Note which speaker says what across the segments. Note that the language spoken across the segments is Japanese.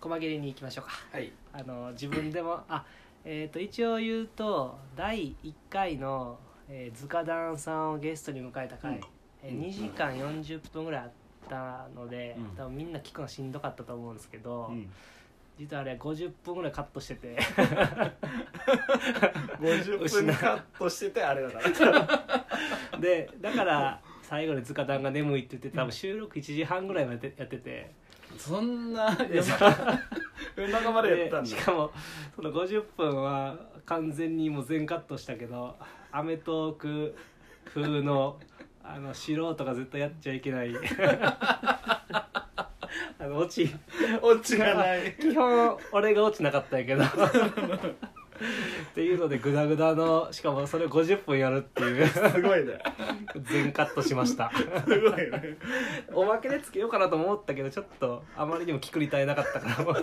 Speaker 1: 細切れに行きましょうか
Speaker 2: はい
Speaker 1: あの自分で もあえっ、と一応言うと第1回の、えー、塚田さんをゲストに迎えた回、
Speaker 2: うん
Speaker 1: え
Speaker 2: うん
Speaker 1: 2時間40分ぐらいあったので、
Speaker 2: うん
Speaker 1: 多分みんな聞くのしんどかったと思うんですけど、
Speaker 2: うん
Speaker 1: 実はあれ50分ぐらいカットしてて
Speaker 2: 50分カットしててあれだから
Speaker 1: でだから最後に塚田が眠いって言って多分収録1時半ぐらいまでやってて
Speaker 2: そんな
Speaker 1: で
Speaker 2: 夜
Speaker 1: そ
Speaker 2: 中夜中までやった
Speaker 1: で
Speaker 2: ん
Speaker 1: し
Speaker 2: だ
Speaker 1: かもその50分は完全にもう全カットしたけど『アメトーク』風のあの素人が絶対やっちゃいけない あの落ち
Speaker 2: オチがない
Speaker 1: 基本俺が落ちなかったんやけどっていうのでグダグダのしかもそれを50分やるっていう
Speaker 2: すごいね
Speaker 1: 全カットしました
Speaker 2: すごいね
Speaker 1: おまけでつけようかなと思ったけどちょっとあまりにも聞くりたいなかったからもう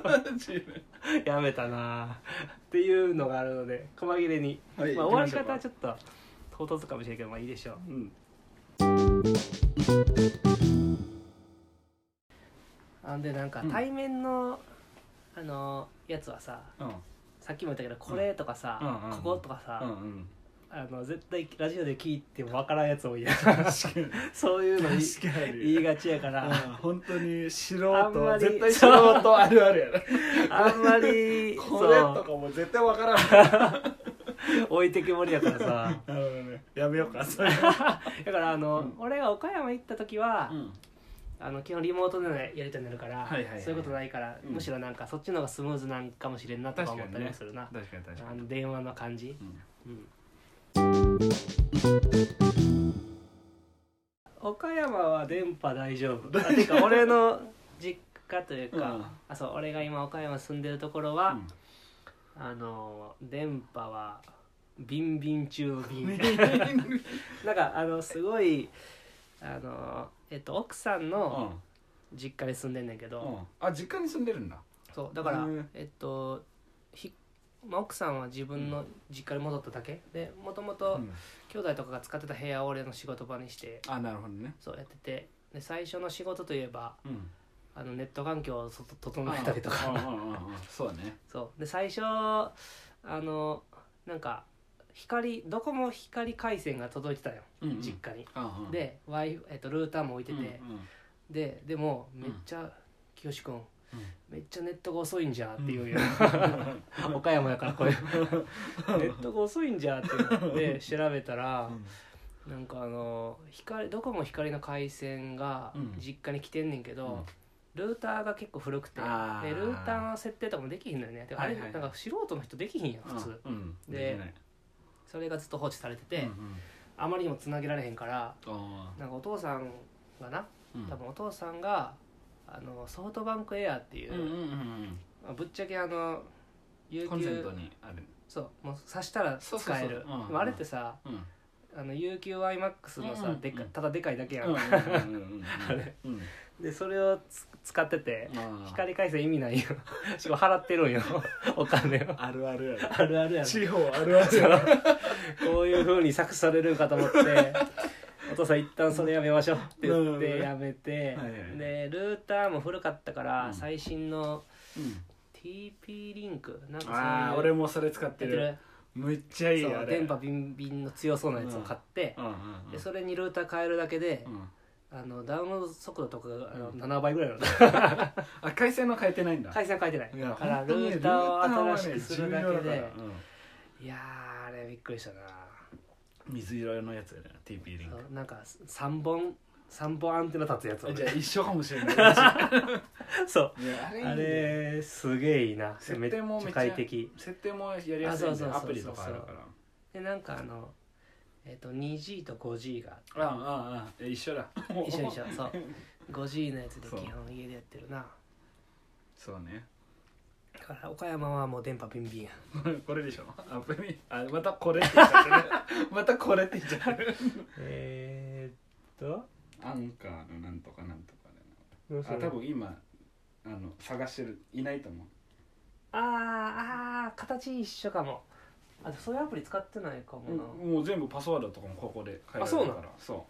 Speaker 1: やめたなあっていうのがあるので細切れに、
Speaker 2: はい
Speaker 1: まあ、終わ
Speaker 2: 行きま
Speaker 1: り
Speaker 2: しょう
Speaker 1: 方はちょっと唐突かもしれないけどまあいいでしょう
Speaker 2: うん
Speaker 1: あんでなんか
Speaker 2: うん
Speaker 1: 対面の、あのやつはさ
Speaker 2: うん
Speaker 1: さっきも言ったけどこれとかさ、
Speaker 2: うんうんうん
Speaker 1: こことかさ、
Speaker 2: うん
Speaker 1: あの絶対ラジオで聞いても分からんやつ多いやん
Speaker 2: 確かに
Speaker 1: そういうの言い
Speaker 2: 確かに
Speaker 1: 言いがちやから、
Speaker 2: うん本当に素
Speaker 1: あんま
Speaker 2: 人
Speaker 1: り
Speaker 2: 絶対素人あるあるやろ
Speaker 1: あんま り
Speaker 2: これと
Speaker 1: そ
Speaker 2: かもう絶対わからんな
Speaker 1: う置いてけぼりやから さ
Speaker 2: るほどねやめようかそれ
Speaker 1: だからあの、
Speaker 2: うん
Speaker 1: 俺が岡山行った時は、
Speaker 2: ん
Speaker 1: あの基本リモートでのやり取りになるから、
Speaker 2: はいはいはい
Speaker 1: そういうことないから、
Speaker 2: うん
Speaker 1: むしろなんかそっちの方がスムーズなんかもしれんなとか思ったりもするな、
Speaker 2: 確かに確
Speaker 1: あの電話の感じ、うん岡山は電波大丈夫あてか俺の実家というか、
Speaker 2: うん
Speaker 1: あそう俺が今岡山住んでるところは、あの電波はビンビン中のビンなんかあのすごいあのえっと奥さんの、実家に住んでんねんけど、
Speaker 2: あ実家に住んでるんだ
Speaker 1: そうだから、
Speaker 2: うん
Speaker 1: えっとひ、まあ、奥さんは自分の実家に戻っただけでもともと
Speaker 2: うん
Speaker 1: 兄弟とかが使ってた部屋を俺の仕事場にして
Speaker 2: あなるほどね
Speaker 1: そうやっててで最初の仕事といえば
Speaker 2: うん
Speaker 1: あのネット環境をそ整えたりとか
Speaker 2: うんうんうんうんそうだね
Speaker 1: そうで最初あのなんか光どこも光回線が届いてたよ、
Speaker 2: うんうん
Speaker 1: 実家に。
Speaker 2: うんうん
Speaker 1: で、Wi- えっと、ルーターも置いてて、
Speaker 2: うんうん
Speaker 1: ででもめっちゃ、清志君めっちゃネットが遅いんじゃって言うよ、 岡山やからこれネットが遅いんじゃって言って調べたら、なんかあの光ドコモ光の回線が
Speaker 2: うん
Speaker 1: 実家に来てんねんけど、ルーターが結構古くてでル
Speaker 2: あー
Speaker 1: ーターの設定とかもできひんのよねてかあれ、
Speaker 2: はいはい
Speaker 1: なんか素人の人できひんやん普通、
Speaker 2: うんうん
Speaker 1: で
Speaker 2: できない
Speaker 1: それがずっと放置されてて、
Speaker 2: うんうん
Speaker 1: あまりにも繋げられへんから
Speaker 2: あ
Speaker 1: なんかお父さんがな
Speaker 2: ーうん
Speaker 1: 多分お父さんがあのソフトバンクエアっていう、
Speaker 2: うんうんうん
Speaker 1: まあぶっちゃけあの
Speaker 2: う
Speaker 1: 有
Speaker 2: んコンセント
Speaker 1: 給
Speaker 2: にある
Speaker 1: そうもう刺したら使える
Speaker 2: そうそうそううん
Speaker 1: でもあれってさ
Speaker 2: うん
Speaker 1: あの UQIMAX のさ、
Speaker 2: うん
Speaker 1: でっか
Speaker 2: うん
Speaker 1: ただでかいだけやん、
Speaker 2: うんうんうんうん
Speaker 1: あれ
Speaker 2: うん
Speaker 1: でそれをつ使ってて
Speaker 2: あー
Speaker 1: 光回線意味ないよ しかも払ってるん よお金を
Speaker 2: あるあるや
Speaker 1: あるあるや
Speaker 2: ろ
Speaker 1: ん
Speaker 2: 地方あるあるやろ
Speaker 1: こういうふうに搾取されるんかと思って お父さん一旦それやめましょうって言ってやめて、
Speaker 2: はいはい
Speaker 1: でルーターも古かったから、
Speaker 2: うん
Speaker 1: 最新の
Speaker 2: うん
Speaker 1: TP リンクなんかそういう
Speaker 2: ああ俺もそれ使って
Speaker 1: やって
Speaker 2: る
Speaker 1: る
Speaker 2: むっちゃいい
Speaker 1: そ
Speaker 2: あ
Speaker 1: う
Speaker 2: れ
Speaker 1: 電波ビンビンの強そうなやつを買って、
Speaker 2: うんうんうん
Speaker 1: でそれにルーター変えるだけで
Speaker 2: う、ん
Speaker 1: あのダウンロード速度とかがあの
Speaker 2: うん
Speaker 1: 7倍ぐらいの
Speaker 2: あ回線の変えてないんだ
Speaker 1: 回線は変えてない
Speaker 2: い
Speaker 1: だ
Speaker 2: や
Speaker 1: から
Speaker 2: 本当
Speaker 1: ル
Speaker 2: に
Speaker 1: ーターを新し
Speaker 2: ル
Speaker 1: くする
Speaker 2: ー
Speaker 1: だ
Speaker 2: ター
Speaker 1: け
Speaker 2: はね重要
Speaker 1: で
Speaker 2: からうん
Speaker 1: いやーあれびっくりしたな
Speaker 2: 水色のやつやな TP リン
Speaker 1: そうなんか3本3本アンテナ立つやつ
Speaker 2: クじゃあ一緒かもしれないいや
Speaker 1: そう
Speaker 2: あれいいね
Speaker 1: あれすげえいいな
Speaker 2: 設
Speaker 1: めっち
Speaker 2: 定も
Speaker 1: ゃ
Speaker 2: めっちゃ
Speaker 1: 快適
Speaker 2: 設定もやりやすい
Speaker 1: あ
Speaker 2: ん
Speaker 1: そうそうそう
Speaker 2: で
Speaker 1: そう
Speaker 2: アプリとかあるから
Speaker 1: でなんかあのえっ、と 2G と 5G が
Speaker 2: ああああえ一緒だ
Speaker 1: 一緒一
Speaker 2: 緒
Speaker 1: 緒そう 5G のやつで
Speaker 2: そう
Speaker 1: 基本家でやってるな
Speaker 2: そうね
Speaker 1: だから岡山はもう電波ビンビンや
Speaker 2: これでしょアプリあまたこれって言っちゃってるまたこれって言っちゃってる
Speaker 1: えー、っ
Speaker 2: アンカーのなんとかなんとか
Speaker 1: と
Speaker 2: でなあ多分今あの探してるいないと思う
Speaker 1: あーあー形一緒かもあそういうアプリ使ってないかもな、
Speaker 2: もう全部パスワードとかもここで変えられるから
Speaker 1: あそうなの
Speaker 2: そ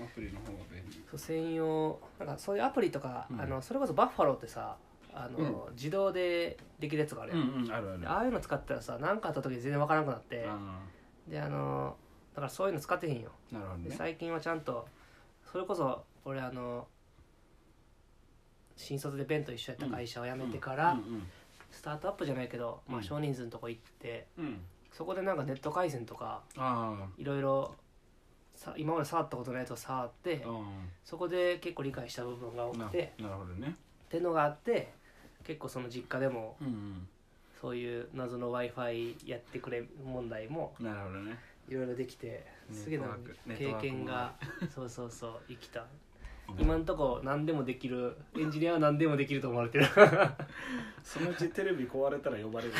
Speaker 2: うアプリの方が便利
Speaker 1: そう専用なんかそういうアプリとか、
Speaker 2: うん
Speaker 1: あのそれこそバッファローってさあの、自動でできるやつがある
Speaker 2: う
Speaker 1: やん、
Speaker 2: んうんあるある
Speaker 1: ああいうの使ったらさ何かあった時全然わからなくなって
Speaker 2: あ
Speaker 1: であのだからそういうの使ってへんよ
Speaker 2: ーなるほど
Speaker 1: で
Speaker 2: ね
Speaker 1: 最近はちゃんとそれこそ俺あの新卒でベンと一緒やった会社を辞めてから、
Speaker 2: うん
Speaker 1: スタートアップじゃないけど、ま
Speaker 2: う
Speaker 1: あ、
Speaker 2: ん
Speaker 1: 少人数のとこ行って、
Speaker 2: うんうん
Speaker 1: そこでなんかネット回線とか
Speaker 2: あ
Speaker 1: いろいろさ今まで触ったことないやつを触って、
Speaker 2: ーうん
Speaker 1: そこで結構理解した部分が多く
Speaker 2: な
Speaker 1: て
Speaker 2: なるほどね
Speaker 1: っていうのがあって結構その実家でも
Speaker 2: うん
Speaker 1: そういう謎の w i f i やってくれ問題も
Speaker 2: うんなるほどね
Speaker 1: いろいろできてすげえなんか
Speaker 2: ネット
Speaker 1: 経
Speaker 2: ワーク
Speaker 1: 験がそうそうそう生きた今んとこ何でもできるエンジニアは何でもできると思われ てる
Speaker 2: そのうちテレビ壊れたら呼ば れる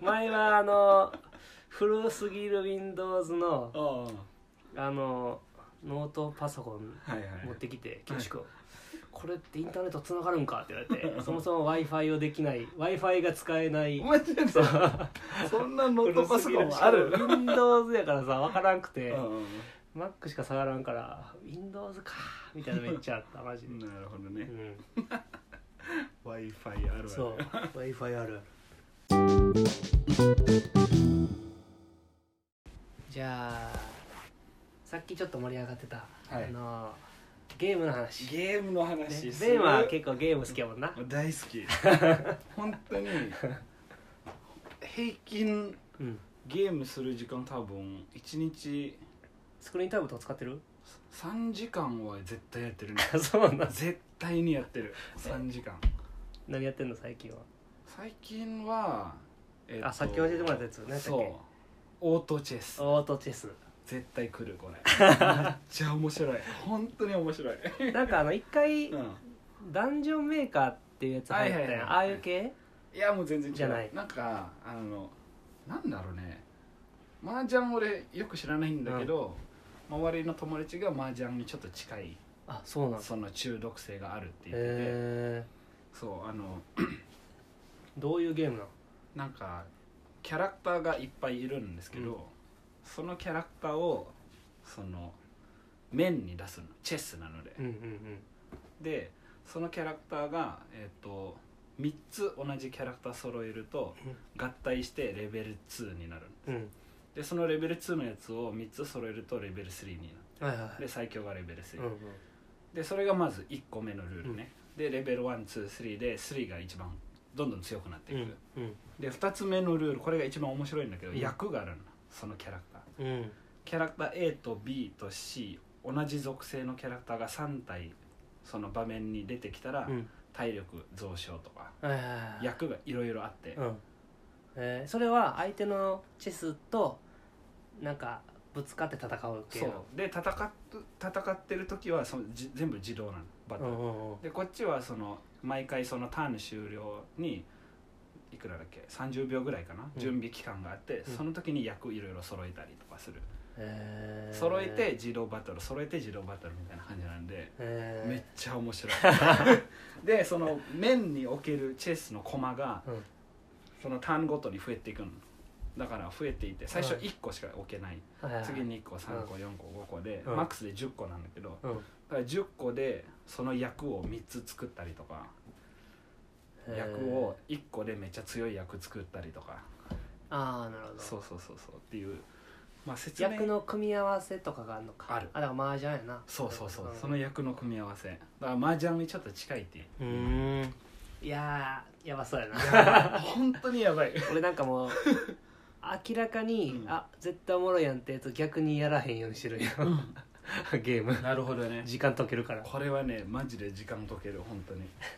Speaker 1: 前はあの古すぎる Windows の
Speaker 2: ああは
Speaker 1: あのノートパソコン
Speaker 2: いはい
Speaker 1: 持ってきて恐縮をこれってインターネットつながるんかって言われてそもそも w i f i をできない w i f i が使えない
Speaker 2: マジでさそんなノートパソコンある
Speaker 1: Windows やからさ分からんく
Speaker 2: う
Speaker 1: て
Speaker 2: んうん
Speaker 1: マックしか触らんから Windows かみたいなのめっちゃあ ったマジ
Speaker 2: う
Speaker 1: で、
Speaker 2: んなるほど
Speaker 1: う
Speaker 2: ね
Speaker 1: ん、
Speaker 2: w i f i あるある
Speaker 1: そう w i f i あるじゃあさっきちょっと盛り上がってた、
Speaker 2: はい
Speaker 1: あのゲームの話ね
Speaker 2: ゲームの
Speaker 1: ベ
Speaker 2: 話す
Speaker 1: ン
Speaker 2: る
Speaker 1: は結構ゲーム好きやもんな
Speaker 2: 大好 き本当に平均
Speaker 1: うん
Speaker 2: ゲームする時間多分1日
Speaker 1: スクリーンタイムとか使ってる
Speaker 2: 3時間は絶対やってるね
Speaker 1: そうな
Speaker 2: 絶対にやってる3時間
Speaker 1: 何やってんの最近は
Speaker 2: 最近は、え
Speaker 1: あさっき教えてもらったやつ何やったっけ
Speaker 2: そうオートチェス
Speaker 1: オートチェ ス
Speaker 2: 絶対来る これめっちゃ面白い本当に面白い、
Speaker 1: なんかあの一回
Speaker 2: うん、
Speaker 1: ダンジョンメーカーっていうやつ入ったやん、
Speaker 2: はいはいはい
Speaker 1: ああいう系
Speaker 2: いやもう全然違う
Speaker 1: じゃない
Speaker 2: んかあのなんだろうね麻雀俺よく知らないんだけど、周りの友達が麻雀にちょっと近い
Speaker 1: あそうなんだ
Speaker 2: その中毒性があるって言ってて
Speaker 1: へえ
Speaker 2: そうあの
Speaker 1: どういうゲームなの
Speaker 2: なんかキャラクターがいっぱいいるんですけど、
Speaker 1: うん
Speaker 2: そのキャラクターをその面に出すのチェスなので、
Speaker 1: うんうんうん
Speaker 2: でそのキャラクターがえっ、と3つ同じキャラクター揃えると合体してレベル2になるの
Speaker 1: うん
Speaker 2: でそのレベル2のやつを3つ揃えるとレベル3にな
Speaker 1: はいは
Speaker 2: る
Speaker 1: い
Speaker 2: で最強がレベル3、
Speaker 1: うんうん
Speaker 2: でそれがまず1個目のルールね、でレベル123で3が一番どんどん強くなっていく、
Speaker 1: うん
Speaker 2: で2つ目のルールこれが一番面白いんだけど、
Speaker 1: うん
Speaker 2: 役があるのそのキャラクター
Speaker 1: うん
Speaker 2: キャラクター A と B と C 同じ属性のキャラクターが3体その場面に出てきたら、
Speaker 1: うん
Speaker 2: 体力増強とか
Speaker 1: はいはいはい
Speaker 2: 役がいろいろあって、
Speaker 1: うんえーそれは相手のチェスとなんかぶつかって戦う系
Speaker 2: そ
Speaker 1: な
Speaker 2: う
Speaker 1: の
Speaker 2: で戦っ戦ってる時はそのじ全部自動なのバトル、
Speaker 1: うんうんうん
Speaker 2: でこっちはその毎回そのターン終了にいくらだっけ30秒ぐらいかな、
Speaker 1: うん
Speaker 2: 準備期間があって、
Speaker 1: うん
Speaker 2: その時に役いろいろ揃えたりとかする、
Speaker 1: へー
Speaker 2: 揃えて自動バトル揃えて自動バトルみたいな感じなんで、
Speaker 1: へー
Speaker 2: めっちゃ 面白いでその面におけるチェスの駒が
Speaker 1: うん
Speaker 2: そのターンごとに増えていくのだから増えていて最初
Speaker 1: うん
Speaker 2: 1個しか置けない、
Speaker 1: はいはい
Speaker 2: 次に1個3個4個5個で、
Speaker 1: うん
Speaker 2: マックスで10個なんだけど、だ
Speaker 1: うんへ
Speaker 2: から10個でその役を3つ作ったりとか
Speaker 1: ー
Speaker 2: 役を1個でめっちゃ強い役作ったりとか
Speaker 1: ああなるほど
Speaker 2: そうそうそうそうっていうまあ説明
Speaker 1: 役の組み合わせとかがあるのか
Speaker 2: ある
Speaker 1: あだから麻雀やな
Speaker 2: そうそうそう、
Speaker 1: ん
Speaker 2: その役の組み合わせだから麻雀にちょっと近いっていう
Speaker 1: うーんいやーやばそうや な
Speaker 2: 本当にやばい
Speaker 1: 俺なんかもう明らかに、
Speaker 2: うん
Speaker 1: あ絶対おもろいやんってやつ逆にやらへんようにしてるよ、 ゲーム
Speaker 2: なるほどね
Speaker 1: 時間解けるから
Speaker 2: これはねマジで時間解ける本当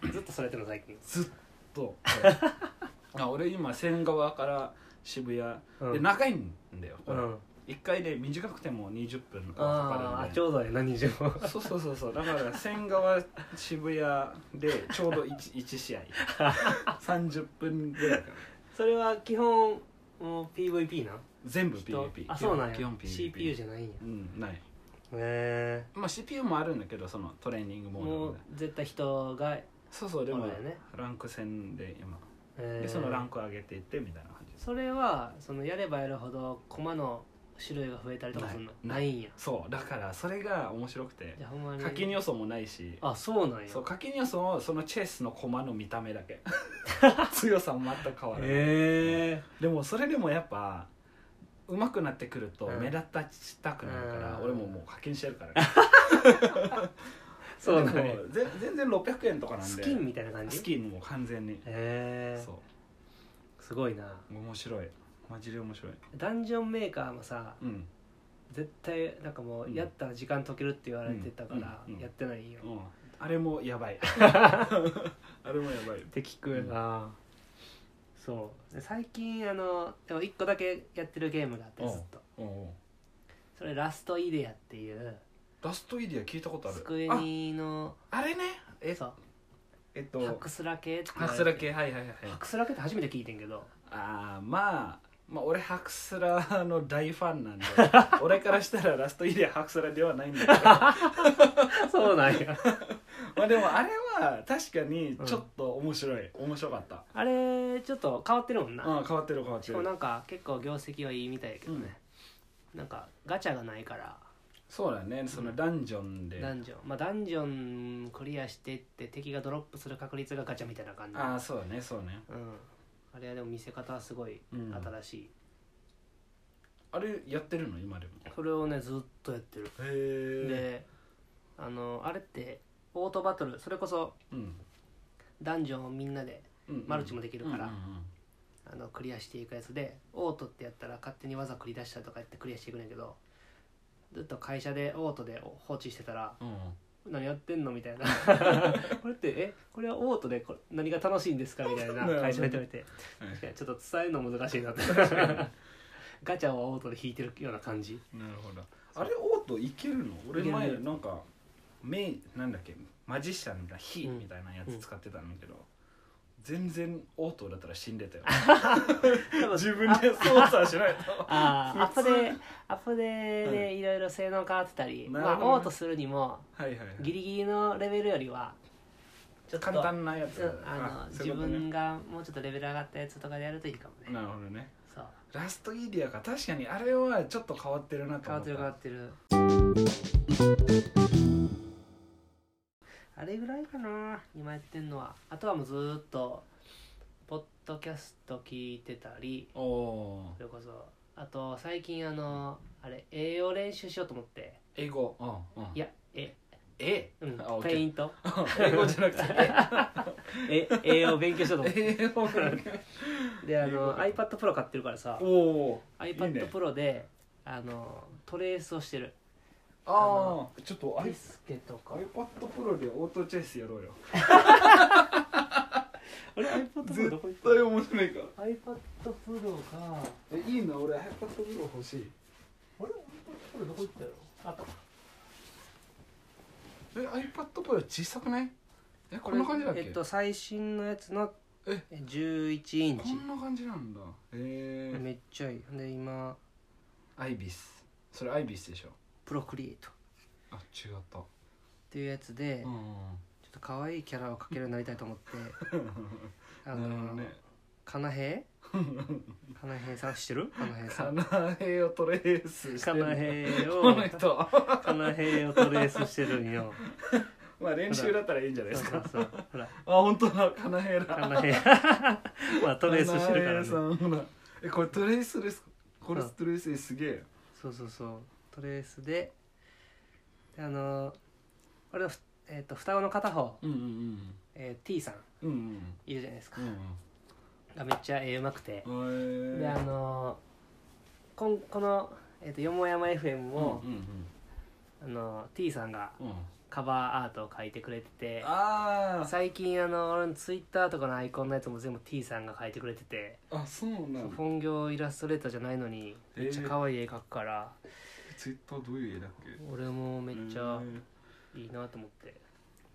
Speaker 2: に
Speaker 1: ずっとそれやってるの最近、
Speaker 2: ずっと これあ俺今千川から渋谷、
Speaker 1: うん
Speaker 2: で長いんだよこ
Speaker 1: う
Speaker 2: れ、
Speaker 1: ん、
Speaker 2: 1回で短くても20分か
Speaker 1: あ
Speaker 2: か
Speaker 1: ーあち
Speaker 2: るん
Speaker 1: ょうどやな20も
Speaker 2: でそうそうそうそうだから千川渋谷でちょう ど 1, 一試合30分ぐらいかな
Speaker 1: それは基本もう PVP な
Speaker 2: 全部
Speaker 1: 人
Speaker 2: PVP
Speaker 1: あそうなんや
Speaker 2: 基本
Speaker 1: CPU
Speaker 2: PVP
Speaker 1: じゃないんやへ
Speaker 2: うんない
Speaker 1: え
Speaker 2: まあ CPU もあるんだけどそのトレーニングモー
Speaker 1: も
Speaker 2: ド
Speaker 1: う
Speaker 2: で
Speaker 1: 絶対人が、
Speaker 2: そうそうでも
Speaker 1: そうだよね
Speaker 2: ランク戦で今
Speaker 1: えー
Speaker 2: でそのランク上げていってみたいな感じです
Speaker 1: それはそのやればやるほど駒の種類が増えたりとかするの
Speaker 2: な
Speaker 1: ないいんや
Speaker 2: そうだからそれが面白くて
Speaker 1: じゃあほんまに
Speaker 2: 課金予想もないし
Speaker 1: あそうなんや
Speaker 2: そう課金予想はそのチェスの駒の見た目だ け強さも全く変わらない、
Speaker 1: へえ
Speaker 2: でもそれでもやっぱ上手くなってくると
Speaker 1: うん
Speaker 2: 目立たしたくなるから、
Speaker 1: うん
Speaker 2: 俺ももう課金してるから、ね、
Speaker 1: そうな
Speaker 2: で
Speaker 1: んや
Speaker 2: もぜ全然600円とかなんで
Speaker 1: スキンみたいな感じ
Speaker 2: スキンもう完全に、
Speaker 1: へえ
Speaker 2: そ
Speaker 1: すごいな
Speaker 2: う面白いマジで面白い
Speaker 1: ダンジョンメーカーもさ
Speaker 2: うん
Speaker 1: 絶対なんかも
Speaker 2: う
Speaker 1: うんやったら時間解けるって言われてたから
Speaker 2: うんうんうん
Speaker 1: やってないよ
Speaker 2: うん、あれもやば いあれもやばい
Speaker 1: って聞くよな、そうで最近あのでも1個だけやってるゲームがあって
Speaker 2: うん
Speaker 1: ずっと
Speaker 2: うんうん
Speaker 1: それラストイデアっていう
Speaker 2: ラストイディア聞いたことある
Speaker 1: スクエニの
Speaker 2: ああれねえ
Speaker 1: そう
Speaker 2: えっと
Speaker 1: ハクスラ系って言
Speaker 2: ハ
Speaker 1: わ
Speaker 2: ク
Speaker 1: れ
Speaker 2: ス
Speaker 1: て
Speaker 2: ラ系はいはいはい
Speaker 1: ハクスラ系って初めて聞いてん けど
Speaker 2: ああまあまあ俺ハクスラの大ファン なんで俺からしたらラストイディアハクスラではないんだ けどま
Speaker 1: そうなんや
Speaker 2: あでもあれは確かにちょっと面白い、面白かった
Speaker 1: あれちょっと変わってるもんな
Speaker 2: うん変わってる変わっ
Speaker 1: してかも
Speaker 2: る
Speaker 1: なんか結構業績はいいみたいやけどね、なんかガチャがないから
Speaker 2: そうだねそのダンジョンで、
Speaker 1: ダンジョンまあダンジョンクリアしてって敵がドロップする確率がガチャみたいな感じ
Speaker 2: ああそうだねそうね
Speaker 1: うんあれはでも見せ方はすごい
Speaker 2: うん
Speaker 1: 新しい、
Speaker 2: あれやってるの今でも
Speaker 1: それをねずっとやってる
Speaker 2: へえ
Speaker 1: であのあれってオートバトルそれこそ
Speaker 2: うん
Speaker 1: ダンジョンをみんなで
Speaker 2: うん
Speaker 1: マルチもできるから
Speaker 2: うんうん
Speaker 1: あのクリアしていくやつでオートってやったら勝手に技繰り出したりとかやってクリアしていくねんやけどずっと会社でオートで放置してたら
Speaker 2: うんうん
Speaker 1: 何やってんのみたいな これってえこれはオートでこれ何が楽しいんですかみたいな会社で言われて
Speaker 2: うん
Speaker 1: 確かにちょっと伝えるの難しいなって ガチャをオートで引いてるような感じ
Speaker 2: なるほどあれオートいけるの俺
Speaker 1: いける
Speaker 2: 前なんかメインなんだっけマジシャンみたいな火
Speaker 1: うん
Speaker 2: みたいなやつ使ってたんだけど、全然オートだったら死んでたよ自分で操作しない と
Speaker 1: ああアップ
Speaker 2: 普通
Speaker 1: でアップデーでいろいろ性能変わってたり、
Speaker 2: なるほ
Speaker 1: ま
Speaker 2: ど
Speaker 1: あ
Speaker 2: ね
Speaker 1: オートするにも
Speaker 2: はいはいはい
Speaker 1: ギリギリのレベルよりはちょっと
Speaker 2: 簡単なやつ
Speaker 1: そうあの
Speaker 2: そ
Speaker 1: 自
Speaker 2: ういうことね
Speaker 1: 分がもうちょっとレベル上がったやつとかでやるといいかもね
Speaker 2: なるほどね
Speaker 1: そう
Speaker 2: ラストイディアか確かにあれはちょっと変わってるなと
Speaker 1: 変
Speaker 2: 思
Speaker 1: わ
Speaker 2: っ
Speaker 1: ったてる変わってるあれぐらいかな今やってんのはあとはもうずーっとポッドキャスト聞いてたり
Speaker 2: おお
Speaker 1: それこそあと最近あのあれ栄養練習しようと思って
Speaker 2: ー英語うんうん
Speaker 1: いやえ
Speaker 2: え
Speaker 1: うん
Speaker 2: あオッケー
Speaker 1: ペイント
Speaker 2: 英語じゃなくて
Speaker 1: え栄養勉強しようと思っ
Speaker 2: え英語
Speaker 1: て であの iPad Pro 買ってるからさ
Speaker 2: おおーいいね
Speaker 1: iPad Pro であのトレースをしてる
Speaker 2: ああちょっとあ
Speaker 1: デ
Speaker 2: れ
Speaker 1: ィスケとか
Speaker 2: iPad Pro でオートチェイスやろうよ
Speaker 1: あれ iPad Pro どこ行った
Speaker 2: 面白いから
Speaker 1: iPad Pro が
Speaker 2: えいいな俺 iPad Pro 欲しい
Speaker 1: あれ iPad Pro どこ行ったよあと
Speaker 2: え iPad Pro 小さくないえこんな感じだっけ
Speaker 1: えっと最新のやつの
Speaker 2: え
Speaker 1: 11イン
Speaker 2: こ
Speaker 1: チ
Speaker 2: んな感じなんだへえ
Speaker 1: めっちゃいいで今
Speaker 2: アイビスそれアイビスでしょ
Speaker 1: プロクリエイトっ
Speaker 2: あ違った
Speaker 1: ていうやつで、
Speaker 2: う
Speaker 1: ちょ
Speaker 2: ん
Speaker 1: っと可愛いキャラを描けるようになりたいと 思って あ
Speaker 2: なる
Speaker 1: の
Speaker 2: ほどね
Speaker 1: かな へいかなへいさん知ってるかなへいさ
Speaker 2: カ
Speaker 1: ん
Speaker 2: ナヘイをトレースして
Speaker 1: か
Speaker 2: る
Speaker 1: なへい
Speaker 2: こ
Speaker 1: を
Speaker 2: の人
Speaker 1: かなへいをトレースしてるんよ
Speaker 2: まあ練習だったらいいんじゃないで
Speaker 1: そう
Speaker 2: す
Speaker 1: そ
Speaker 2: か
Speaker 1: うそうほら
Speaker 2: あ本当だカナヘイだ
Speaker 1: かなへい まあトレースしてるからね
Speaker 2: カナヘイさんほらえこれトレースですこれ
Speaker 1: そう
Speaker 2: トレースですげえ
Speaker 1: そうそうそうトレースでであのこれのふ、えー、と双子の片方、
Speaker 2: うんうん
Speaker 1: えー T さん
Speaker 2: うんうん
Speaker 1: いるじゃないですか
Speaker 2: うん、
Speaker 1: がめっちゃ絵うまくて、
Speaker 2: うん
Speaker 1: であのこんこの、えーと「よもやま FM を」
Speaker 2: うん
Speaker 1: あの T さんが
Speaker 2: うんうんうん
Speaker 1: カバーアートを描いてくれてて
Speaker 2: あー
Speaker 1: 最近あの俺の Twitter とかのアイコンのやつも全部 T さんが描いてくれてて、
Speaker 2: あそうなんだ
Speaker 1: 本業イラストレーターじゃないのにめっちゃ可愛い絵描くから、
Speaker 2: ツイッターどういう絵だっけ
Speaker 1: 俺もめっちゃ
Speaker 2: え
Speaker 1: いいなと思って、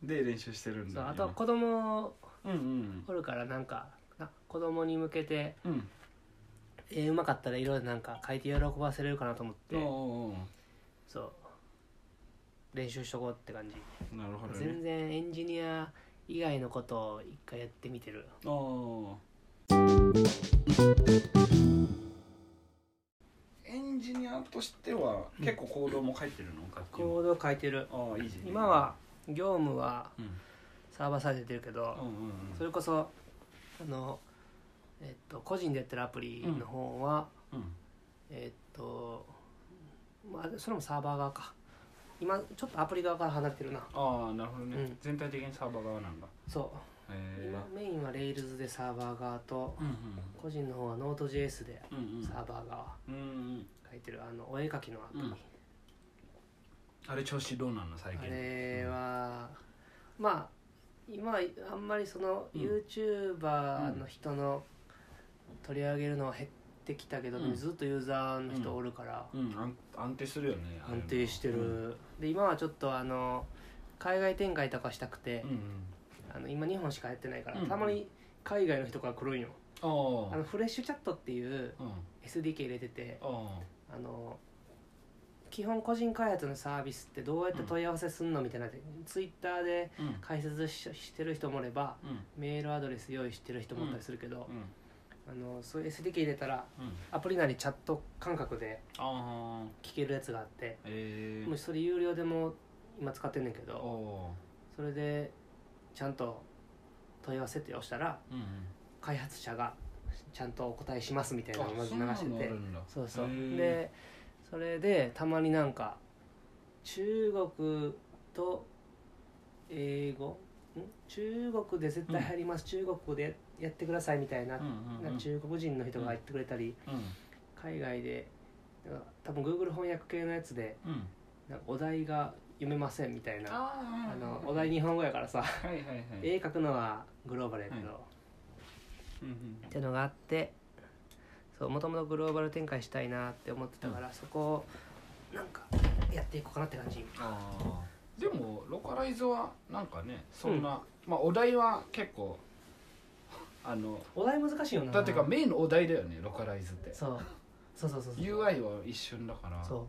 Speaker 2: ーで練習してるん
Speaker 1: そう
Speaker 2: だ
Speaker 1: あとは子供
Speaker 2: 今うん
Speaker 1: おるからなんかな子供に向けて
Speaker 2: うんうん
Speaker 1: えーうまかったら色でなんか書いて喜ばせれるかなと思って
Speaker 2: おうおうお
Speaker 1: そう練習しとこうって感じ、
Speaker 2: うなるほど
Speaker 1: 全
Speaker 2: ね
Speaker 1: 然エンジニア以外のことを一回やってみてる
Speaker 2: あーエンジニアとしては結構行動も書いてるの学級
Speaker 1: コードを書いてる
Speaker 2: ああいいじゃん
Speaker 1: 今は業務は
Speaker 2: うんうん
Speaker 1: サーバーサイドでやってるけど、
Speaker 2: うんうん
Speaker 1: それこそあの、えっと、個人でやってるアプリの方は、
Speaker 2: うん
Speaker 1: えっと、まあ、それもサーバー側か今ちょっとアプリ側から離れてるな
Speaker 2: ああなるほどね、
Speaker 1: うん
Speaker 2: 全体的にサーバー側なんだ
Speaker 1: そ
Speaker 2: へ
Speaker 1: う
Speaker 2: え
Speaker 1: 今メインは Rails でサーバー側と
Speaker 2: うん
Speaker 1: 個人の方は Node.js で
Speaker 2: うんうんうん
Speaker 1: サーバー側
Speaker 2: うんうん
Speaker 1: 書いてるあのお絵描きのアプリ、
Speaker 2: うんあれ調子どうなんの最近
Speaker 1: あれは、まあ今あんまりその
Speaker 2: うん
Speaker 1: YouTuber の人の取り上げるのは減ってきたけど、
Speaker 2: うん
Speaker 1: ずっとユーザーの人おるから
Speaker 2: うん安安定するよねあれ
Speaker 1: 安
Speaker 2: は
Speaker 1: 定してる、で今はちょっとあの海外展開とかしたくて
Speaker 2: うん、うん
Speaker 1: あの今日本しかやってないから、
Speaker 2: うん
Speaker 1: たまに海外の人から来るんよ、
Speaker 2: ああ
Speaker 1: あのフレッシュチャットっていう
Speaker 2: うん
Speaker 1: SDK 入れてて
Speaker 2: あ
Speaker 1: あの基本個人開発のサービスってどうやって問い合わせすんのみたいなで、ツイッターで
Speaker 2: あうん
Speaker 1: 解説ししてる人もおれば
Speaker 2: うん
Speaker 1: メールアドレス用意してる人もおったりするけど、
Speaker 2: うん
Speaker 1: あのそういう SDK 入れたら
Speaker 2: うん
Speaker 1: アプリ内にチャット感覚で
Speaker 2: ああ
Speaker 1: 聞けるやつがあって
Speaker 2: え
Speaker 1: もうそれ有料でもう今使ってんねんけ
Speaker 2: あ
Speaker 1: ど
Speaker 2: あ
Speaker 1: それでちゃんと問い合わせって押したら
Speaker 2: うんうん
Speaker 1: 開発者がちゃんとお答えしますみたいなのをまず流
Speaker 2: あそん
Speaker 1: し
Speaker 2: な
Speaker 1: て
Speaker 2: のあ
Speaker 1: て
Speaker 2: るんだ
Speaker 1: そうそう
Speaker 2: へー
Speaker 1: でそれでたまになんか中国と英語ん中国で絶対入ります、中国でやってくださいみたいな,、
Speaker 2: うんうんうん
Speaker 1: 中国人の人が言ってくれたり、
Speaker 2: う
Speaker 1: 海外でなんか多分 Google 翻訳系のやつで
Speaker 2: んうん
Speaker 1: なんかお題が読めませんみたいなあ
Speaker 2: あ
Speaker 1: のお題日本語やからさ
Speaker 2: はいはいはい
Speaker 1: 絵描くのはグローバルやけど、
Speaker 2: はうんうん
Speaker 1: っていうのがあってそうもともとグローバル展開したいなって思ってたから、そこをなんかやっていこうかなって感じ
Speaker 2: あーでもローカライズはなんかねそんな、まあお題は結構あの
Speaker 1: お題難しいよな
Speaker 2: だってかメインのお題だよねローカライズって
Speaker 1: そうそうそうそうそう
Speaker 2: UI は一瞬だから
Speaker 1: そ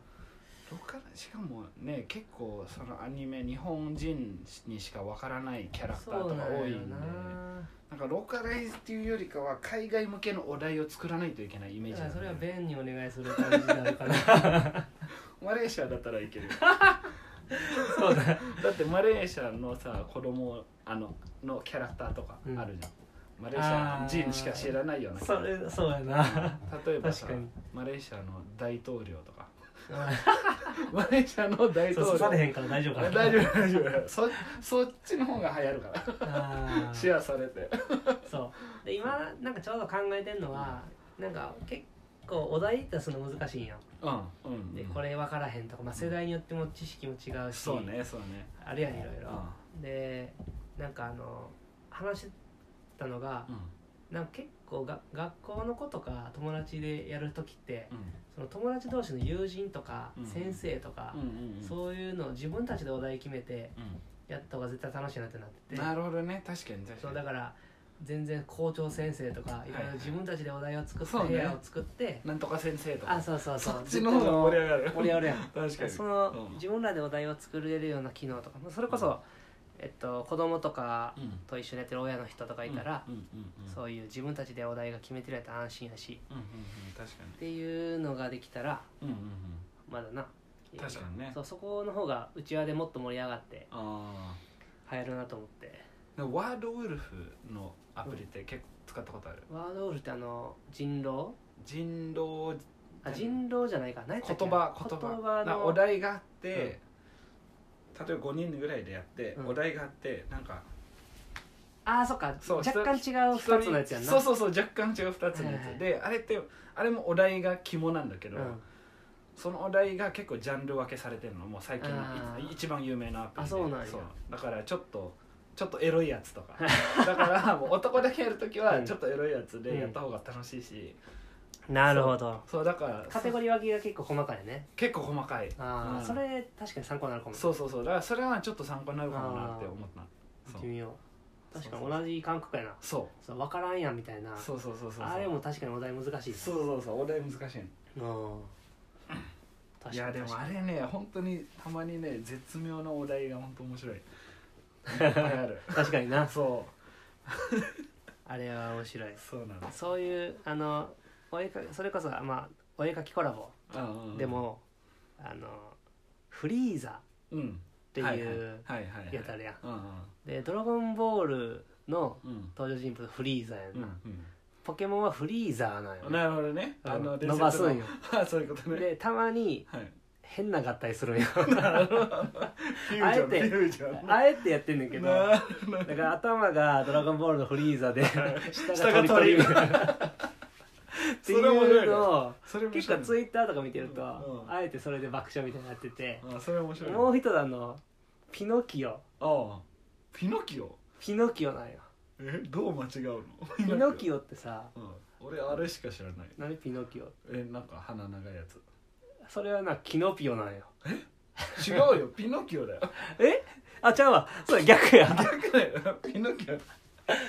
Speaker 2: ローカラしかもね結構そのアニメ日本人にしかわからないキャ
Speaker 1: う
Speaker 2: ラクタ
Speaker 1: そ
Speaker 2: ー
Speaker 1: う
Speaker 2: と
Speaker 1: な
Speaker 2: か
Speaker 1: ん
Speaker 2: 多い
Speaker 1: や
Speaker 2: んで
Speaker 1: な
Speaker 2: なんかローカライズっていうよりかは海外向けのお題を作らないといけないイメー
Speaker 1: だ
Speaker 2: ジ
Speaker 1: か
Speaker 2: な
Speaker 1: ら
Speaker 2: ん
Speaker 1: そ
Speaker 2: だ
Speaker 1: れ
Speaker 2: よ
Speaker 1: は
Speaker 2: ね
Speaker 1: ベンにお願いする感じなのかな
Speaker 2: マレーシアだったらいける
Speaker 1: そうだ
Speaker 2: だってマレーシアのさ子供あののキャラクターとかあるじゃん、マレーシア人しか知らないよね
Speaker 1: それそうや な
Speaker 2: 例えばさ
Speaker 1: 確かに
Speaker 2: マレーシアの大統領とかマレーシアの大
Speaker 1: そう刺
Speaker 2: 統領
Speaker 1: されへんから大丈夫かな
Speaker 2: 大丈夫大丈夫そそっちの方が流行るから
Speaker 1: あー
Speaker 2: シェアされて
Speaker 1: そうで今なんかちょうど考えてんのはなんか結構お題出すの難しいんよ
Speaker 2: うんうん
Speaker 1: でこれ分からへんとか、まあ、世代によっても知識も違うし
Speaker 2: そうねそうね
Speaker 1: あるやんいろいろ、
Speaker 2: う
Speaker 1: でなんかあの話してたのが、
Speaker 2: ん
Speaker 1: なんか結構が学校の子とか友達でやる時って
Speaker 2: うん
Speaker 1: その友達同士の友人とか
Speaker 2: うん
Speaker 1: 先生とか、
Speaker 2: うんうん
Speaker 1: そういうのを自分たちでお題決めて
Speaker 2: う
Speaker 1: やった方が絶対楽しいなってなって
Speaker 2: ん
Speaker 1: て
Speaker 2: なるほどね確かに
Speaker 1: そう
Speaker 2: 確か
Speaker 1: だ
Speaker 2: に
Speaker 1: から全然校長先生とか
Speaker 2: い
Speaker 1: いろいろ自分たちでお題を作って
Speaker 2: そうね
Speaker 1: 部屋を作って
Speaker 2: なんとか先生と
Speaker 1: あ
Speaker 2: か
Speaker 1: そうそうそう
Speaker 2: そっちの方が盛り上がる
Speaker 1: 盛り上がるやん
Speaker 2: 確かに
Speaker 1: その、
Speaker 2: うん
Speaker 1: 自分らでお題を作れるような機能とかまあそれこそ、えっと、子供とか
Speaker 2: うん
Speaker 1: と一緒にやってる親の人とかいたら、
Speaker 2: うんうんうんうん
Speaker 1: そういう自分たちでお題が決めてるやつ安心やし
Speaker 2: うんうんうん確かに
Speaker 1: っていうのができたら
Speaker 2: うんうんうん
Speaker 1: まだな
Speaker 2: 確かにね
Speaker 1: そうそこの方がうちわでもっと盛り上がって
Speaker 2: あ
Speaker 1: 流行るなと思って
Speaker 2: あワードウルフのアプリって結構使ったことある
Speaker 1: ワードウルフってあの人狼
Speaker 2: 人狼
Speaker 1: あ
Speaker 2: うん
Speaker 1: 人狼じゃないか何やった
Speaker 2: 言
Speaker 1: っけ
Speaker 2: 葉
Speaker 1: 言
Speaker 2: 言
Speaker 1: 葉
Speaker 2: 葉
Speaker 1: の
Speaker 2: なお題があって、例えば5人ぐらいでやって、
Speaker 1: うん
Speaker 2: お題があってなんか
Speaker 1: ああそっか
Speaker 2: そう
Speaker 1: 若干違う2つのやつやんな
Speaker 2: そうそうそう若干違う2つのや
Speaker 1: はいはい
Speaker 2: つであれってあれもお題が肝なんだけど、
Speaker 1: うん
Speaker 2: そのお題が結構ジャンル分けされてるのもう最近
Speaker 1: あ
Speaker 2: の
Speaker 1: ー
Speaker 2: い一番有名なアプリ
Speaker 1: あ
Speaker 2: で
Speaker 1: そうなんや
Speaker 2: だからちょっとちょっとエロいやつ とかだからもう男だけやるときは
Speaker 1: うん
Speaker 2: ちょっとエロいやつでやった方が楽しいし、
Speaker 1: なるほど
Speaker 2: そうだから
Speaker 1: カテゴリー分けが結構細かいね
Speaker 2: 結構細かい
Speaker 1: ああ、
Speaker 2: うん
Speaker 1: それ確かに参考になるかも
Speaker 2: そうそうそうだからそれはちょっと参考になるかもなって思った
Speaker 1: 行
Speaker 2: そ
Speaker 1: っ
Speaker 2: う
Speaker 1: てみよう確か
Speaker 2: そ
Speaker 1: に
Speaker 2: うそう
Speaker 1: 同じ感覚やな
Speaker 2: そう
Speaker 1: そう分からんやんみたいな
Speaker 2: そうそうそうそう
Speaker 1: あれも確かにお題難しい
Speaker 2: そうそうそうお題難しいの
Speaker 1: うん確
Speaker 2: いや
Speaker 1: か
Speaker 2: で
Speaker 1: に
Speaker 2: も
Speaker 1: 確か
Speaker 2: あ
Speaker 1: に
Speaker 2: れね本当にたまにね絶妙なお題が本当面白いいっぱい ある
Speaker 1: 確かにな
Speaker 2: そ
Speaker 1: あれは面白いう
Speaker 2: そうなんです
Speaker 1: そういうあのお絵かそれこそまあお絵描きコラボ
Speaker 2: ああ
Speaker 1: で、も、あのフリーザっ
Speaker 2: うん、
Speaker 1: て
Speaker 2: はいは
Speaker 1: う
Speaker 2: はいはいはい
Speaker 1: やつあるやん、
Speaker 2: あ
Speaker 1: で「ドラゴンボール」の
Speaker 2: あうん
Speaker 1: 登場人物フリーザやん
Speaker 2: うん
Speaker 1: な、ポケモンはフリーザーなんよ、
Speaker 2: うんなるほどね
Speaker 1: うん
Speaker 2: あの
Speaker 1: 伸ばすんよ
Speaker 2: 伝説のあ そういうことね
Speaker 1: でたまに
Speaker 2: はい
Speaker 1: 変な合体するんよ
Speaker 2: フュージョン
Speaker 1: あえて
Speaker 2: フュージョン
Speaker 1: あえてやってんねんけど
Speaker 2: な
Speaker 1: だから頭が「ドラゴンボール」のフリーザで下
Speaker 2: 下
Speaker 1: が
Speaker 2: が
Speaker 1: 鳥
Speaker 2: 鳥
Speaker 1: みたいなってい
Speaker 2: それ面白
Speaker 1: う
Speaker 2: いね
Speaker 1: のを
Speaker 2: それ面
Speaker 1: 結
Speaker 2: 白い
Speaker 1: 構
Speaker 2: ね
Speaker 1: ツイッターとか見てると、
Speaker 2: うん
Speaker 1: あえてそれで爆笑みたいになってて、
Speaker 2: あそれ面白いね
Speaker 1: もう一つあのピノキオ
Speaker 2: ああピノキオ
Speaker 1: ピノキオなんよ
Speaker 2: えどう間違うの
Speaker 1: ピノキオってさ
Speaker 2: オ、うん、俺あれしか知らない
Speaker 1: 何ピノキオ
Speaker 2: えなんか鼻長いやつ
Speaker 1: それはなキノピオなんよ
Speaker 2: 違うよピノキオだよ
Speaker 1: えあちゃうわそれ逆や
Speaker 2: 逆だよピノキオ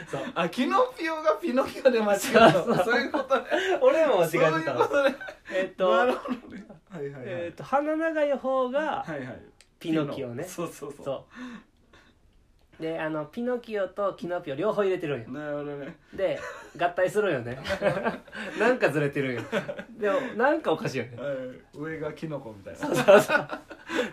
Speaker 1: そう
Speaker 2: あキノピオがピノキオで間違うの
Speaker 1: そうそう
Speaker 2: そういうことね
Speaker 1: 俺も間違
Speaker 2: そ
Speaker 1: え
Speaker 2: う
Speaker 1: て
Speaker 2: いう
Speaker 1: た
Speaker 2: こ
Speaker 1: わ
Speaker 2: とね
Speaker 1: えっと
Speaker 2: なるほどねはいはいはい、
Speaker 1: えっと鼻長い方が
Speaker 2: はいはい
Speaker 1: ピノキオね
Speaker 2: そうそうそう
Speaker 1: そうであのピノキオとキノピオ両方入れてるんよ
Speaker 2: なるほどね
Speaker 1: で合体するんよ ねなんかずれてるんよでもなんかおかしいよね
Speaker 2: はい上がキノコみたいな
Speaker 1: そうそうそうっ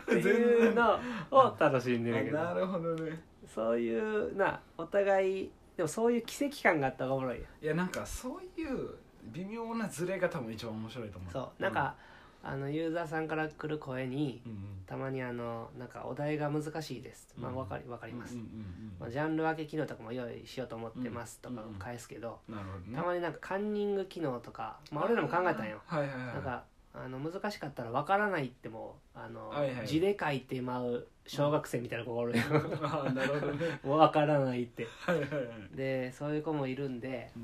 Speaker 1: ていうのを楽しんでるけど
Speaker 2: あなるほどね
Speaker 1: そういうなお互いでもそういう奇跡感があったらおもろいよ
Speaker 2: いやなんかそういう微妙なズレが多分一番面白いと思う
Speaker 1: そうなんか、あのユーザーさんから来る声に
Speaker 2: うんうん
Speaker 1: たまにあのなんかお題が難しいです、まあ
Speaker 2: うん
Speaker 1: わかりわかります、
Speaker 2: うんうんうん
Speaker 1: まあ、ジャンル分け機能とかも用意しようと思ってますとか
Speaker 2: うん
Speaker 1: 返すけど、
Speaker 2: なるほどね
Speaker 1: たまになんかカンニング機能とか、まあ、俺らも考えたんよ
Speaker 2: はいはいはい
Speaker 1: なんかあの難しかったらわからないってもうあの、
Speaker 2: はいはい
Speaker 1: 字で書いてまう小学生みたいな子がおるよ
Speaker 2: ああなるほどね
Speaker 1: もうわからないって
Speaker 2: はいはいはい
Speaker 1: でそういう子もいるんで
Speaker 2: うん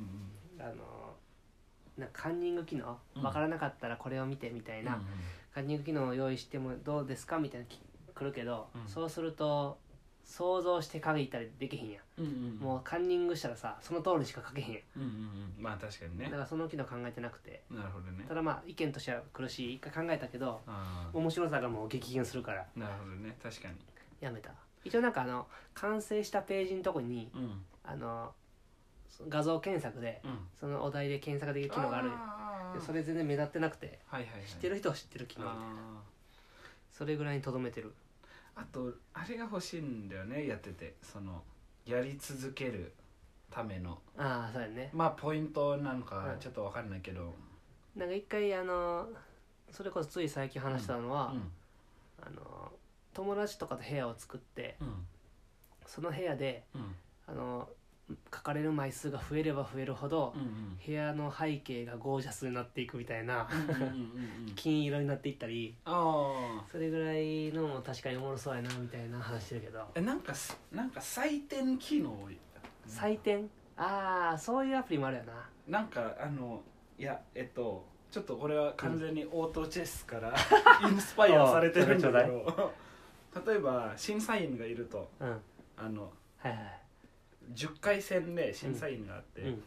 Speaker 2: うん
Speaker 1: あのなんかカンニング機能
Speaker 2: うん
Speaker 1: わからなかったらこれを見てみたいな、カンニング機能を用意してもどうですかみたいなき来るけど、
Speaker 2: うん
Speaker 1: そうすると想像して書いたりできへんやん、
Speaker 2: うんうん
Speaker 1: もうカンニングしたらさその通りしか書けへんやん
Speaker 2: うんうんうんまあ確かにね
Speaker 1: だからその機能考えてなくて
Speaker 2: なるほどね
Speaker 1: ただまあ意見としては苦しい一回考えたけど
Speaker 2: あ
Speaker 1: 面白さがもう激減するから
Speaker 2: あなるほどね確かに
Speaker 1: やめた一応なんかあの完成したページのとこに
Speaker 2: うんうん
Speaker 1: あのそ画像検索でそのお題で検索できる機能があるんよ
Speaker 2: あ
Speaker 1: で
Speaker 2: ー
Speaker 1: それ全然目立ってなくて
Speaker 2: はいはいはい
Speaker 1: 知
Speaker 2: 知
Speaker 1: ってる人は知ってる機能みたいな
Speaker 2: あ
Speaker 1: それぐらいにとどめてる
Speaker 2: ーあとあれが欲しいんだよねやっててそのやり続けるための
Speaker 1: ああそうやね
Speaker 2: まあポイントなの
Speaker 1: は
Speaker 2: か
Speaker 1: い
Speaker 2: ちょっとわかんないけど
Speaker 1: なんか一回あのそれこそつい最近話したのは、
Speaker 2: うん
Speaker 1: あの友達とかと部屋を作って
Speaker 2: うん
Speaker 1: その部屋で
Speaker 2: うん
Speaker 1: あの書かれる枚数が増えれば増えるほど、
Speaker 2: うんうん
Speaker 1: 部屋の背景がゴージャスになっていくみたいな
Speaker 2: うんうんうんうん
Speaker 1: 金色になっていったり
Speaker 2: ああ
Speaker 1: それぐらいのも確かにおもろそうやなみたいな話してるけど
Speaker 2: えなんかすなんか採点機能を
Speaker 1: 採点ああそういうアプリもあるよな
Speaker 2: なんかあのいやえっとちょっとこれは完全にオートチェスから インスパイアされてるんだけど例えば審査員がいると
Speaker 1: うんはい
Speaker 2: あの
Speaker 1: はい
Speaker 2: 10回戦で審査員があって、
Speaker 1: うん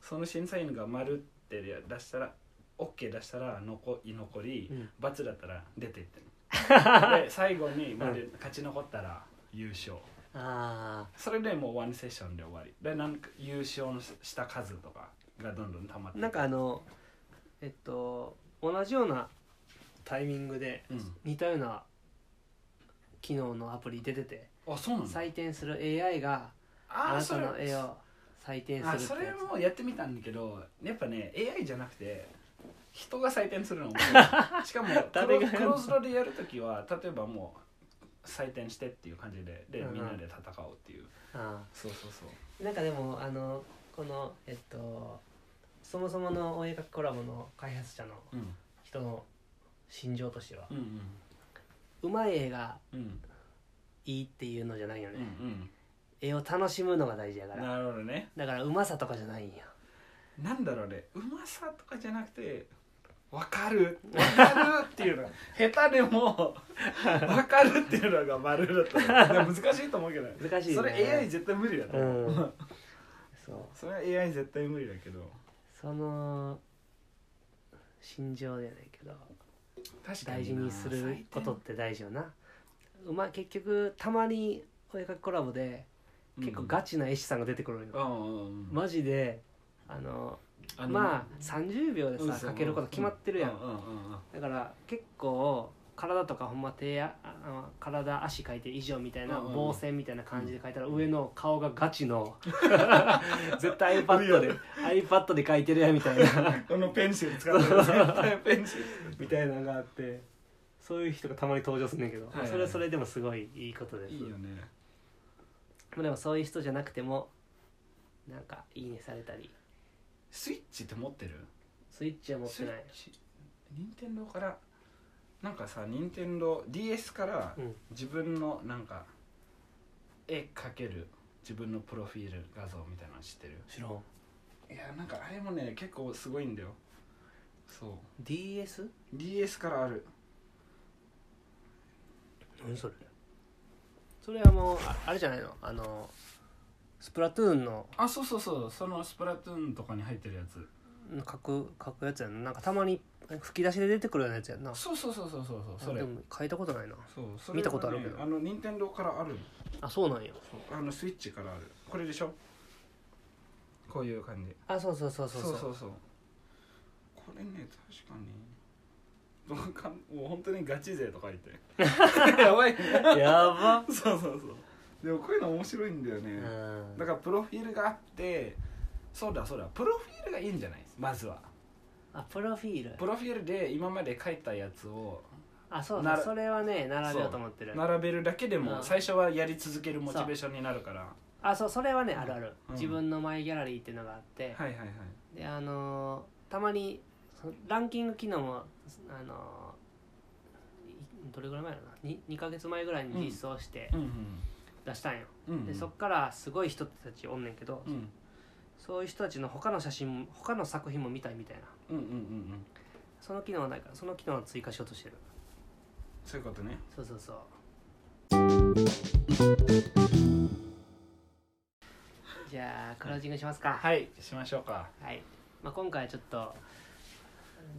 Speaker 2: その審査員が丸って出したら OK 出したら残居残り、
Speaker 1: うん
Speaker 2: 罰だったら出てって ので最後に丸勝ち残ったら優勝
Speaker 1: あ
Speaker 2: それでもうワンセッションで終わりでなんか優勝のした数とかがどんどん溜ま
Speaker 1: あ
Speaker 2: っていく
Speaker 1: なんかあのえっと同じようなタイミングで
Speaker 2: うん
Speaker 1: 似たような機能のアプリ出てて
Speaker 2: あそうなんだ
Speaker 1: 採点する AI があ
Speaker 2: あー
Speaker 1: な
Speaker 2: そ
Speaker 1: た
Speaker 2: れ
Speaker 1: の絵を採点
Speaker 2: あ
Speaker 1: す
Speaker 2: そ
Speaker 1: るって
Speaker 2: れ
Speaker 1: や
Speaker 2: もやってみたんだけどやっぱね AI じゃなくて人が採点する の面白いしかもクロ
Speaker 1: 誰がや
Speaker 2: ク
Speaker 1: るの
Speaker 2: ローズドでやるときは例えばもう採点してっていう感じでで
Speaker 1: うんうん
Speaker 2: みんなで戦おうっていう
Speaker 1: つあ
Speaker 2: そうそうそう
Speaker 1: ーなんかでもあのこのえっとそもそものお絵描きコラボの開発者の
Speaker 2: うん
Speaker 1: 人の心情としては
Speaker 2: うん
Speaker 1: うまい絵が
Speaker 2: うんうん
Speaker 1: いいっていうのじゃないよ
Speaker 2: う
Speaker 1: ね、
Speaker 2: ん
Speaker 1: 絵を楽しむのが大事やか
Speaker 2: うん
Speaker 1: ら
Speaker 2: なるほどね
Speaker 1: だからうまさとかじゃないんや
Speaker 2: なんだろうねうまさとかじゃなくてわかるわかるっていう のが下手でもわかるっていうのが丸だった でも難しいと思うけど
Speaker 1: 難しいね
Speaker 2: それ AI 絶対無理だと
Speaker 1: う
Speaker 2: 思う、
Speaker 1: んそう
Speaker 2: それは AI 絶対無理だけど
Speaker 1: その心情じゃないけど
Speaker 2: 確かにな
Speaker 1: 大事にすること
Speaker 2: 採
Speaker 1: って大事よなうま結局たまにお絵描きコラボで
Speaker 2: 点
Speaker 1: 結構ガチな絵師さんが出てくるのよ、
Speaker 2: うんうんうんうん
Speaker 1: マジであの
Speaker 2: あの
Speaker 1: まあ30秒で
Speaker 2: うん
Speaker 1: さ
Speaker 2: そう
Speaker 1: かけること決まってるやん、
Speaker 2: うんうんうんうん
Speaker 1: だから結構体とかほんま手やああの体足書いて以上みたいな
Speaker 2: うんうん
Speaker 1: 防線みたいな感じで書いたら上の顔がガチ の絶対 iPad で iPad で書いてるやんみたいな
Speaker 2: このペンシル使ってる絶対ペンシル
Speaker 1: みたいなのがあってそういう人がたまに登場するんだけど、
Speaker 2: はいはい
Speaker 1: それはそれでもすごいいいことです
Speaker 2: いいよね
Speaker 1: まあでもそういう人じゃなくてもなんか「いいね」されたり
Speaker 2: スイッチって持ってる
Speaker 1: スイッチは持ってない
Speaker 2: スイッチ任天堂からなんかさ任天堂 DS から
Speaker 1: うん
Speaker 2: 自分のなんか絵描ける自分のプロフィール画像みたいなの知ってる
Speaker 1: 知らん
Speaker 2: いやなんかあれもね結構すごいんだよそう
Speaker 1: DS?
Speaker 2: DS からある
Speaker 1: 何それそれはもうああれじゃないのあのスプラトゥーンの
Speaker 2: あそうそうそうそのスプラトゥーンとかに入ってるやつ
Speaker 1: うん書く書くやつやんななんかたまに吹き出しで出てくるようなやつやんな
Speaker 2: そうそうそうそうそうそうそれ
Speaker 1: でも書いたことないな
Speaker 2: そうそれ、
Speaker 1: 見たことあるけど
Speaker 2: あの任天堂からあるの
Speaker 1: あそうなんや
Speaker 2: そうあのスイッチからあるこれでしょこういう感じ
Speaker 1: あそうそうそうそうそう
Speaker 2: そうこれね確かにどうかもう本当にガチ勢とか言って やばいね
Speaker 1: やば
Speaker 2: そうそうそうでもこういうの面白いんだよ
Speaker 1: う
Speaker 2: ね、
Speaker 1: ん
Speaker 2: だからプロフィールがあってそうだそうだプロフィールがいいんじゃないまずは
Speaker 1: あプロフィー
Speaker 2: プ
Speaker 1: ル
Speaker 2: ロフィールで今まで書いたやつを
Speaker 1: あそうそう
Speaker 2: なら
Speaker 1: それはね並べようと思ってる
Speaker 2: 並べるだけで
Speaker 1: う
Speaker 2: も
Speaker 1: ん
Speaker 2: 最初はやり続けるモチベーションになるからは
Speaker 1: あそうそれはねあるある、
Speaker 2: うん
Speaker 1: 自分のマイギャラリーっていうのがあって、
Speaker 2: いはいはい
Speaker 1: であのーたまにそのランキング機能もあのーいどれぐらい前だな 2, 2ヶ月前ぐらいに実装して
Speaker 2: うん
Speaker 1: 出したんよ、
Speaker 2: うんうん
Speaker 1: でそっからすごい人たちおんねんけど、
Speaker 2: うん
Speaker 1: そういう人たちの他の写真も他の作品も見たいみたいな
Speaker 2: うんうんうんうん
Speaker 1: その機能はないからその機能を追加しようとしてる
Speaker 2: そういうことね
Speaker 1: そうそうそうじゃあクロージングしますか
Speaker 2: はいしましょうか
Speaker 1: はい、まあ、今回ちょっと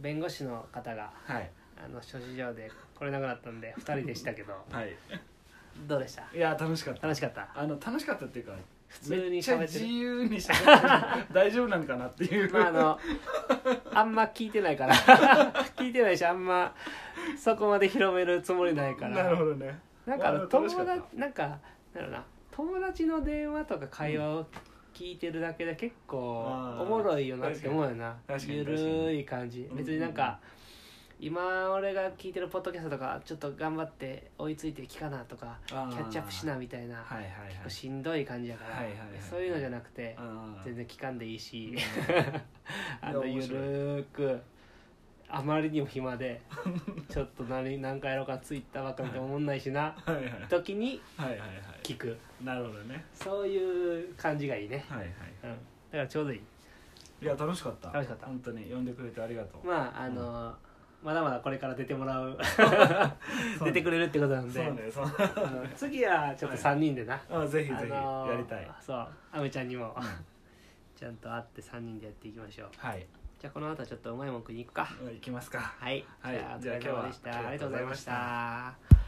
Speaker 1: 弁護士の方が
Speaker 2: はい
Speaker 1: あの諸事情で来れなくなったんで2人でしたけど
Speaker 2: はい
Speaker 1: どうでした
Speaker 2: いや楽しかった
Speaker 1: 楽しかった
Speaker 2: あの楽しかったっていうか
Speaker 1: 普通
Speaker 2: め
Speaker 1: に
Speaker 2: っち
Speaker 1: 喋
Speaker 2: ゃ
Speaker 1: って
Speaker 2: 自
Speaker 1: る
Speaker 2: 由にしゃべってる大丈夫なんかなってい う、
Speaker 1: まああのあんま聞いてないから 聞いてないしあんまそこまで広めるつもりないから
Speaker 2: なるほどね
Speaker 1: なんかあの
Speaker 2: まあ楽
Speaker 1: 友
Speaker 2: しかった
Speaker 1: 達なんかなんだろうな友達の電話とか会話を聞いてるだけで結構
Speaker 2: あー
Speaker 1: おもろいよなって思うよな
Speaker 2: 確かに
Speaker 1: ゆ
Speaker 2: 確かに
Speaker 1: るい感じ
Speaker 2: うん
Speaker 1: 別になんか今俺が聞いてるポッドキャストとかちょっと頑張って追いついて聞かなとかキ
Speaker 2: キ
Speaker 1: ャッチアップしなみたいな
Speaker 2: はいはいはい
Speaker 1: 結構しんどい感じやから
Speaker 2: はいはいはい
Speaker 1: そういうのじゃなくて
Speaker 2: あー
Speaker 1: 全然聞かんでいいし あ
Speaker 2: い
Speaker 1: の
Speaker 2: や
Speaker 1: ゆ
Speaker 2: 面白い
Speaker 1: るーくあまりにも暇でちょっと何何回やろうかツイッターばっか見ても思んないしな
Speaker 2: はいはい
Speaker 1: 時に
Speaker 2: はいはいは
Speaker 1: 聞く
Speaker 2: いなるほどね
Speaker 1: そういう感じがいいね、
Speaker 2: はいはい
Speaker 1: うん、だからちょうどいい
Speaker 2: いや楽しかった
Speaker 1: 楽しかった
Speaker 2: 本当に呼んでくれてありがとう、
Speaker 1: まああのまだまだこれから出てもらう
Speaker 2: そ
Speaker 1: 出
Speaker 2: う
Speaker 1: てくれるってことなん
Speaker 2: そ
Speaker 1: で
Speaker 2: うねそう
Speaker 1: あの次はちょっと3人でな、
Speaker 2: あぜひぜ
Speaker 1: あ
Speaker 2: ひ
Speaker 1: のー
Speaker 2: やりたい、
Speaker 1: そうあめちゃんにもちゃんと会って3人でやっていきましょう
Speaker 2: はい
Speaker 1: じゃあこの後ちょっとうまいもん食いに行くか
Speaker 2: 行きますか
Speaker 1: はい、
Speaker 2: はい
Speaker 1: じゃあお疲
Speaker 2: じゃあ
Speaker 1: れ
Speaker 2: 今日は
Speaker 1: 様でしたあ
Speaker 2: あ
Speaker 1: り
Speaker 2: り
Speaker 1: が
Speaker 2: が
Speaker 1: と
Speaker 2: と
Speaker 1: うござ
Speaker 2: うござ
Speaker 1: い
Speaker 2: い
Speaker 1: ま
Speaker 2: ま
Speaker 1: し
Speaker 2: した